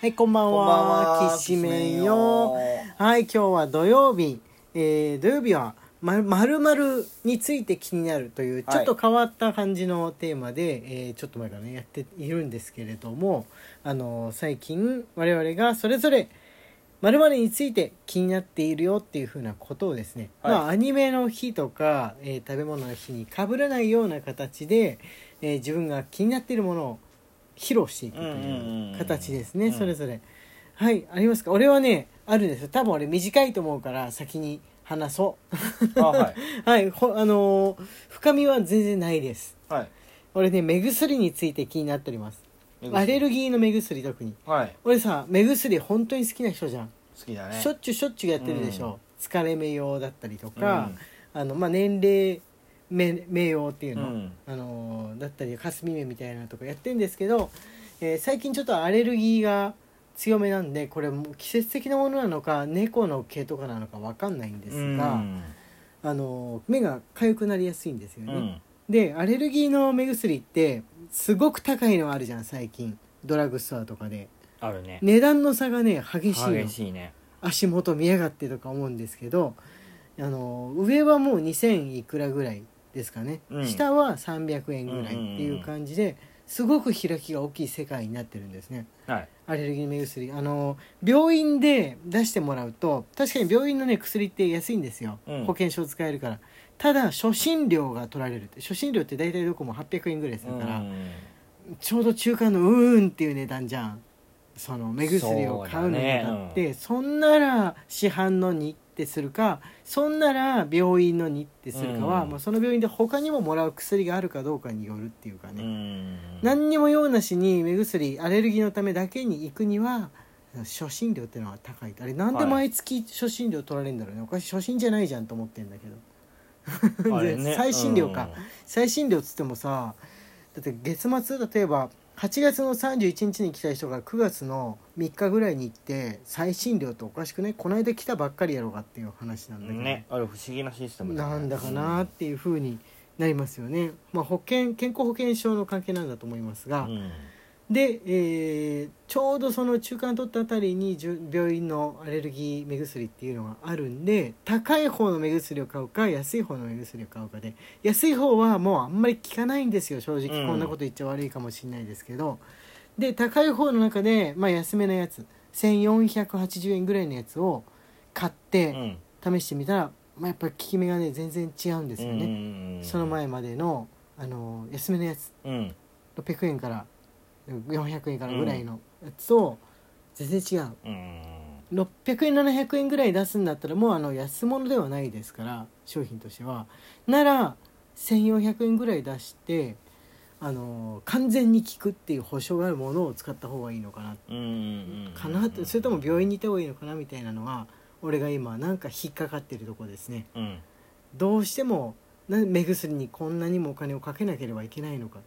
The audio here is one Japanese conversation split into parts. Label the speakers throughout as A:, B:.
A: はい、こんばん
B: こんばん
A: は。
B: は
A: きしめん
B: きしめ
A: よ
B: んよ。
A: はい、今日は土曜日。えー、土曜日は、ま、まるまるについて気になるという、
B: はい
A: ちょっと変わった感じのテーマで、えーちょっと前からね、やっているんですけれども、あのー最近、我々がそれぞれ、まるまるについて気になっているよっていうふうなことをですね、
B: はい
A: まあアニメの日とか、えー食べ物の日に被らないような形で、えー自分が気になっているものを披露していくという形ですね、
B: うんうんうんうん
A: それぞれはいありますか俺はねあるんですよ多分俺短いと思うから先に話そ
B: あはい。
A: う はいほあのー深みは全然ないです
B: はい。
A: 俺ね目薬について気になっておりますアレルギーの目薬特に
B: はい。
A: 俺さ目薬本当に好きな人じゃん、
B: 好きだね。
A: しょっちゅうしょっちゅうやってるでしょ、疲れ目用だったりと
B: う
A: か
B: ん、
A: あのまあ、年齢目目用っていう
B: う
A: の、
B: ん。
A: あのーだったり霞目みたいなとかやってるんですけど、えー最近ちょっとアレルギーが強めなんでこれもう季節的なものなのか猫の毛とかなのか分かんないんですが、あのー目が痒くなりやすいんですよ
B: う
A: ね。
B: ん。
A: でアレルギーの目薬ってすごく高いのあるじゃん最近ドラッグストアとかで
B: あるね。
A: 値段の差がね激しいの
B: 激しいね。
A: 足元見やがってとか思うんですけどあの上はもう2,000いくらぐらいですかね、
B: うん
A: 下は300円ぐらいっていう感じですごく開きが大きい世界になってるんですね
B: はい。
A: アレルギー目薬あの病院で出してもらうと確かに病院のね薬って安いんですよ、
B: うん
A: 保険証使えるからただ初診料が取られるって初診料って大体どこも800円ぐらいするから、ちょうど中間のうーんっていう値段じゃんその目薬を買うのにだってそんなら市販のにってするかそんなら病院のにってするかは、
B: うん
A: まあ、その病院で他にももらう薬があるかどうかによるっていうか
B: う
A: ね、
B: ん。
A: 何にも用なしに目薬アレルギーのためだけに行くには初診料っていうのは高いあれなんで毎月初診料取られるんだろうね、おかしい初診じゃないじゃんと思ってんだけど
B: あれね
A: 最新料か。最新料っつってもさだって月末例えば8月の31日に来た人が9月の3日ぐらいに行って最新料っておかしくねこの間来たばっかりやろうがっていう話なんだけど、
B: ね、あれ不思議なシステム
A: なんだかなっていうふうになりますよね、まあ、保険健康保険証の関係なんだと思いますが、で、えーちょうどその中間取ったあたりにじゅ病院のアレルギー目薬っていうのがあるんで高い方の目薬を買うか安い方の目薬を買うかで安い方はもうあんまり効かないんですよ正直、
B: うん
A: こんなこと言っちゃ悪いかもしれないですけどで高い方の中で、まあ、安めのやつ1480円ぐらいのやつを買っ
B: う
A: て
B: ん。
A: 試してみたら、まあ、やっぱり効き目がね全然違うんですよね、
B: ね
A: その。前までのあの安めのやつ
B: うん。
A: 600円から400円からぐらいのやつを全然違う
B: うん。
A: 600円700円ぐらい出すんだったらもうあの安物ではないですから商品としてはなら1400円ぐらい出してあの完全に効くっていう保証があるものを使った方がいいのかな
B: うん。
A: かなってそれとも病院に行った方がいいのかなみたいなのは俺が今なんか引っかかってるとこですね
B: うん。
A: どうしてもな目薬にこんなにもお金をかけなければいけないのかと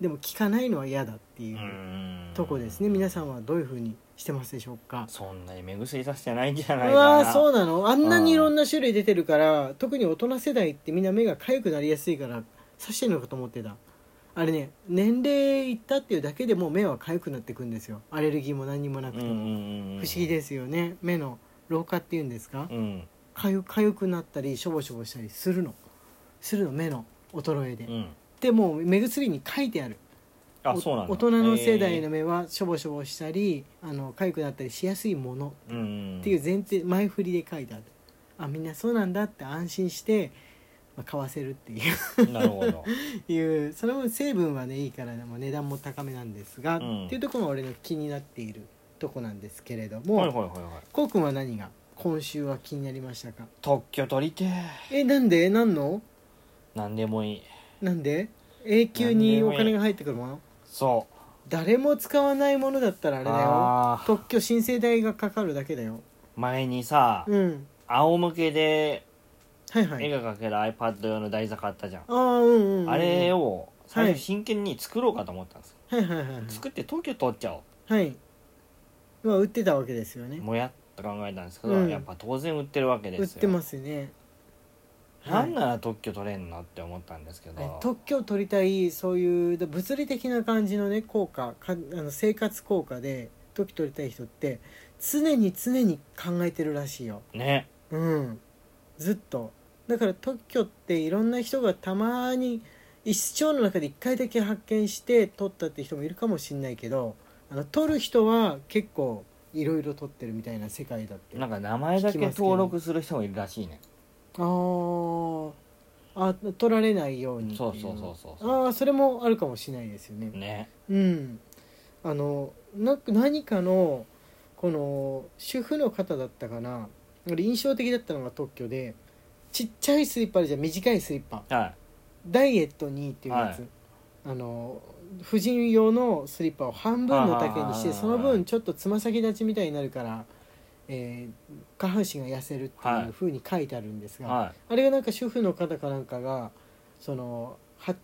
A: でも効かないのは嫌だっていうう、
B: ん。
A: とこですね皆さんはどういうふうにしてますでしょうか
B: そんなに目薬させてないんじゃ
A: う
B: ないかな。
A: わーそうなのあんなにいろんな種類出てるから特に大人世代ってみんな目が痒くなりやすいから刺してるのかと思ってたあれね年齢いったっていうだけでもう目は痒くなってくんですよアレルギーも何にもなくて
B: うん
A: も、
B: うんうん。
A: 不思議ですよね目の老化っていうんですか
B: うん。
A: かゆかゆくなったりしょぼしょぼしたりするのするの目の衰えで、
B: うん。
A: でもう目薬に書いてある
B: あ、
A: お
B: そうなんだ。
A: 大人の世代の目はしょぼしょぼしたりあの痒くなったりしやすいもの
B: っ
A: っていう前提前振りで書いてあるあみんなそうなんだって安心して、まあ、買わせるっていう
B: なるほど
A: いうその分成分はねいいからでも値段も高めなんですが、
B: うん
A: っていうところが俺の気になっているとこなんですけれど
B: はいはい
A: も
B: はいはい
A: こうくんは何が今週は気になりましたか
B: 特許取りてえ
A: えなんでなんの
B: 何でもいい
A: なんで永久にお金が入ってくるもの
B: そ
A: 誰も使わないものだったらあ
B: う
A: れだよ
B: あー
A: 特許申請代がかかるだけだよ
B: 前にさ
A: うん
B: 仰向けで
A: はいは
B: 絵
A: いあ
B: が描ける iPad 用の台座買ったじゃん
A: あーうんうん、うん、
B: あれ
A: を
B: を最初真剣に作ろうかと思ったんですよ
A: はいはいはいはい
B: 作って特許取っちゃお
A: はいまあ売ってたわけですよ
B: う
A: ね
B: もやっと考えたんですけど
A: うん
B: やっぱ当然売ってるわけです
A: 売
B: よ
A: ってますね
B: なんなら特許取れんのって思ったんですけ
A: はいえ
B: ど
A: 特許を取りたいそういう物理的な感じのね効果かあの生活効果で時取りたい人って常に常に考えてるらしいよ。
B: ね
A: うん、ずっとだから特許っていろんな人がたまに一生の中で一回だけ発見して取ったって人もいるかもしんないけどあの取る人は結構いろいろ取ってるみたいな世界だってあ
B: なんか名前だけ登録する人もいるらしいね
A: ーあ取られないようにってい
B: そうそうそうそうそう
A: ああそれもあるかもしれないですよね
B: ね
A: うんあのな何かのこの主婦の方だったかな俺印象的だったのが特許でちっちゃいスリッパあるじゃん短いスリッパ
B: は
A: ダイエットにっていうやつ、
B: は
A: あの婦人用のスリッパを半分の丈にし
B: あ
A: て
B: ー
A: その分ちょっとつま先立ちみたいになるから、えー下半身が痩せるって
B: はいいう
A: ふうに書いてあるんです
B: い
A: が、
B: は
A: あれがなんか主婦の方かなんかがそのは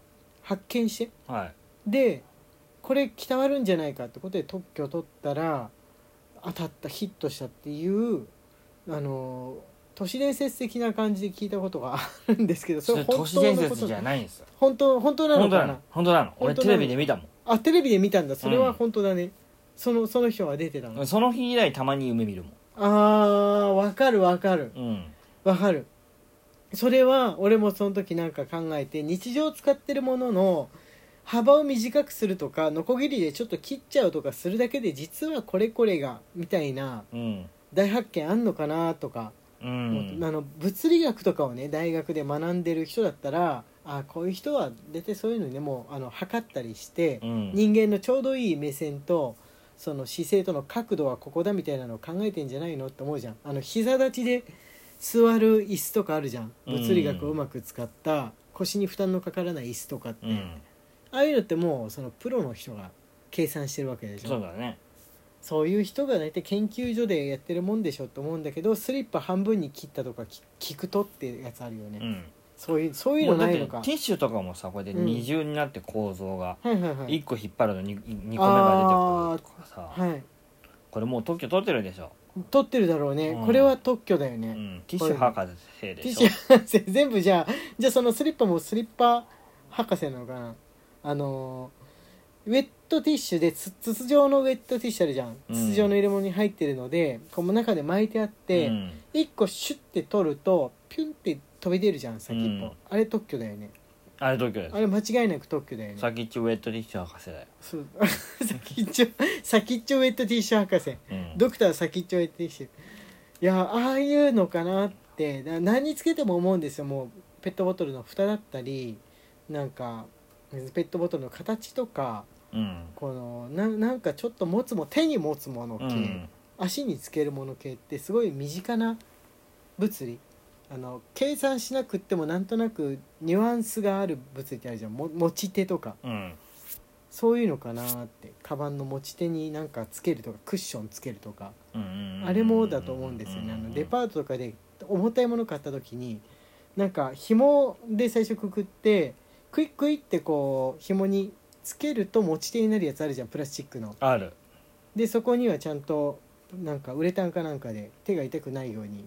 A: 発見して
B: いはい
A: でこれ着たわるんじゃないかってことで特許取ったら当たったヒットしたっていうあの都市伝説的な感じで聞いたことがあるんですけど
B: そ
A: それ
B: れ
A: 本
B: 都市
A: 当
B: 伝
A: のこと
B: 説じゃないんですよ
A: 本当本当なの
B: 本当
A: か
B: な
A: な
B: の本当なの俺
A: 本当
B: テ
A: なの
B: レビで見たも
A: あテレビで見たんだそれ
B: う
A: は
B: ん
A: 本当だね、そのその人が出てたの、
B: んその日以来たまに夢見るも
A: あーわかるわかる
B: んうん
A: わかるそれは俺もその時なんか考えて日常使ってるものの幅を短くするとかノコギリでちょっと切っちゃうとかするだけで実はこれこれがみたいな
B: うん
A: 大発見あんのかなとか、
B: う
A: あ
B: ん
A: の物理学とかをね大学で学んでる人だったらあこういう人は出てそういうのにねもうあの測ったりして
B: う、ん
A: 人間のちょうどいい目線とその姿勢との角度はここだみたいなのを考えてんじゃないのって思うじゃんあの膝立ちで座る椅子とかあるじゃん物理学をうまく使った腰に負担のかからない椅子とかって、
B: うん
A: ああいうのってもうそのプロの人が計算してるわけでしょ
B: そうだね
A: そういう人が大体研究所でやってるもんでしょって思うんだけどスリッパ半分に切ったとかき聞くとってやつあるよね、
B: うん
A: そういうそうい
B: も
A: うの
B: うだっ
A: な
B: てテ
A: いの
B: ィ
A: か
B: ッシュとかもさこうやって二重になって構造が
A: はいはいはい
B: 一個引っ張ると二二個目が出てくるとかさ
A: はい
B: これもう特許取ってるでしょ
A: 取ってるだろうね、
B: うん
A: これは特許だよね、
B: うんティッシュ博士
A: ティ
B: で
A: ッ
B: し
A: シ
B: ょ
A: ュ博士 全部じゃあじゃあそのスリッパもスリッパ博士なのかなあのーウェットティッシュでつ筒状のウェットティッシュあるじゃん
B: うん
A: 筒状の入れ物に入ってるので、この中で巻いてあって、
B: うん
A: 1個シュッて取るとピュンって飛び出るじゃん先っぽ、
B: うん
A: あれ特許だよね
B: あれ特許です
A: あれ間違いなく特許だよね
B: 先っちょウェットティッシュ博士だよ、
A: そう 先っちょ先っちょウェットティッシュ博士
B: うん
A: ドクター先っちょいってきていやああいうのかなってな何につけても思うんですよもうペットボトルの蓋だったりなんかペットボトルの形とか
B: うん
A: このななんかちょっと持つも手に持つもの系、
B: うん
A: 足につけるもの系ってすごい身近な物理あの計算しなくってもなんとなくニュアンスがある物理ってあるじゃんも持ち手とか
B: うん
A: そういうのかなってカバンの持ち手になんかつけるとかクッションつけるとか
B: うん
A: あれもだと思うんですよねあのデパートとかで重たいもの買った時になんか紐で最初くくってクイックイってこう紐につけると持ち手になるやつあるじゃんプラスチックの
B: ある
A: でそこにはちゃんとなんかウレタンかなんかで手が痛くないように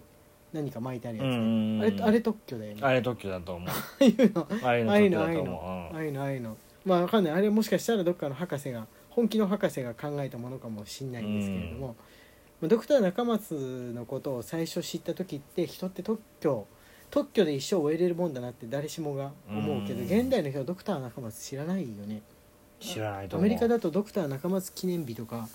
A: 何か巻いてあるやつ、
B: うん
A: あれあれ特許だよね
B: あれ特許だと思う
A: ああいうの
B: あれの
A: ああい
B: 特許
A: うのああ
B: だと思う
A: いうのああいうのああいうのまあわかんないあれもしかしたらどっかの博士が本気の博士が考えたものかもしんないんですけれども、まあドクター中松のことを最初知った時って人って特許特許で一生終えれるもんだなって誰しもが思うけど
B: うん
A: 現代の人はドクター中松知らないよね
B: 知らないと
A: ア
B: 思う
A: メリカだとドクター中松記念日とか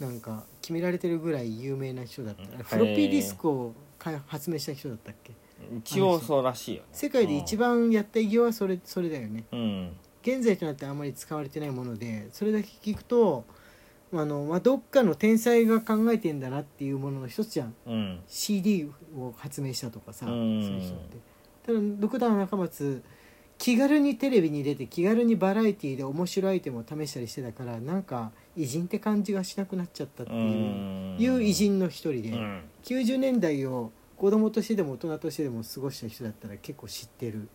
A: なんか決められてるぐらい有名な人だった
B: うん
A: フロッピーディスクを開発明した人だったっけ
B: 一応そうらしいよね
A: 世界で一番やった偉業はそれそれだよね
B: うん
A: 現在となってあんまり使われてないものでそれだけ聞くとあの、まあ、どっかの天才が考えてんだなっていうものの一つじゃん
B: うん
A: CD を発明したとかさ
B: う
A: そうんいう人ってただドクター中松気軽にテレビに出て気軽にバラエティーで面白いアイテムを試したりしてたからなんか偉人って感じがしなくなっちゃったって
B: う
A: いう,、
B: ん
A: いう偉人の一人で、
B: うん
A: 90年代を子供としてでも大人としてでも過ごした人だったら結構知ってる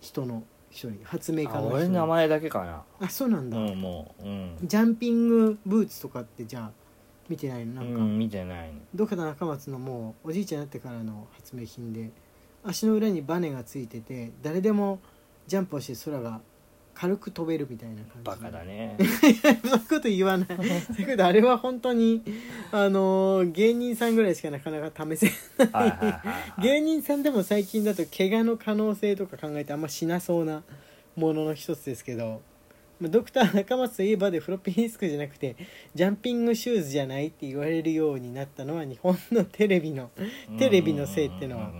A: 人の一人発明家
B: あ
A: の
B: 俺
A: 人
B: 名前だけかな
A: あそうなんだ、
B: うんもううん
A: ジャンピングブーツとかってじゃあ見てないのなんか、
B: うん見てないの
A: どっかの中松のもうおじいちゃんになってからの発明品で足の裏にバネがついてて誰でもジャンプをして空が軽く飛べるみたいな感じ
B: バカだね
A: そんなこと言わないそういうことあれは本当にあのー芸人さんぐらいしかなかなか試せ
B: はいはい はいはい
A: 芸人さんでも最近だと怪我の可能性とか考えてあんましなそうなものの一つですけど、まあ、ドクター中松といえばでフロッピーディスクじゃなくてジャンピングシューズじゃないって言われるようになったのは日本のテレビのテレビのせいってのは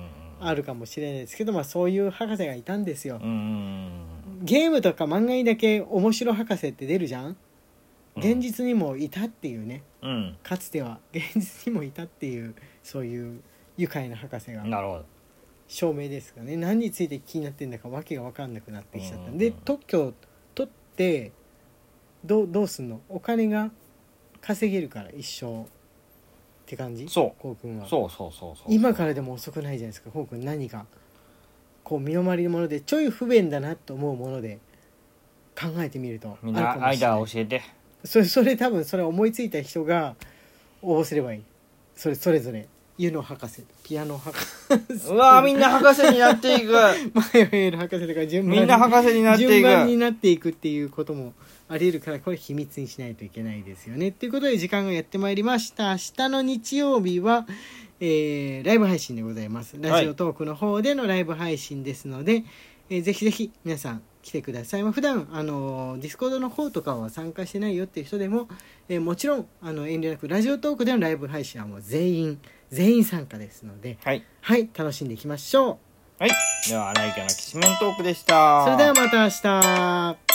A: あるかもしれないですけど、まあ、そういう博士がいたんですよ
B: うんうん
A: ゲームとか漫画にだけ面白博士って出るじゃん
B: うん
A: 現実にもいたっていうね
B: うん
A: かつては現実にもいたっていうそういう愉快な博士が
B: なるほど
A: 証明ですかね何について気になってんだかわけが分かんなくなってきちゃったんで、
B: うん
A: 特許を取ってどうどうすんのお金が稼げるから一生って感じ
B: そう
A: こうくんは
B: そうそうそうそう
A: 今からでも遅くないじゃないですかこうくん何かこう身の回りのものでちょい不便だなと思うもので考えてみると
B: みん
A: ある
B: な
A: かもしれない
B: 間教えて
A: それそれ多分それ思いついた人が応募すればいいそれそれぞれ湯の博士ピアノ博士
B: うわーみんな博士になっていく
A: 前を見る博士とか順番
B: みんな博士になっていく
A: 順番になっていくっていうこともありえるからこれ秘密にしないといけないですよねっていうことで時間がやってまいりました明日の日曜日は、えーライブ配信でございますラジオトークの方でのライブ配信ですので、えーぜひぜひ皆さん来てください、まあ、普段あのディスコードの方とかは参加してないよっていう人でも、えーもちろんあの遠慮なくラジオトークでのライブ配信はもう全員全員参加ですので
B: はい
A: はい楽しんでいきましょう
B: はいでは荒井家のきしめんトークでした
A: それではまた明日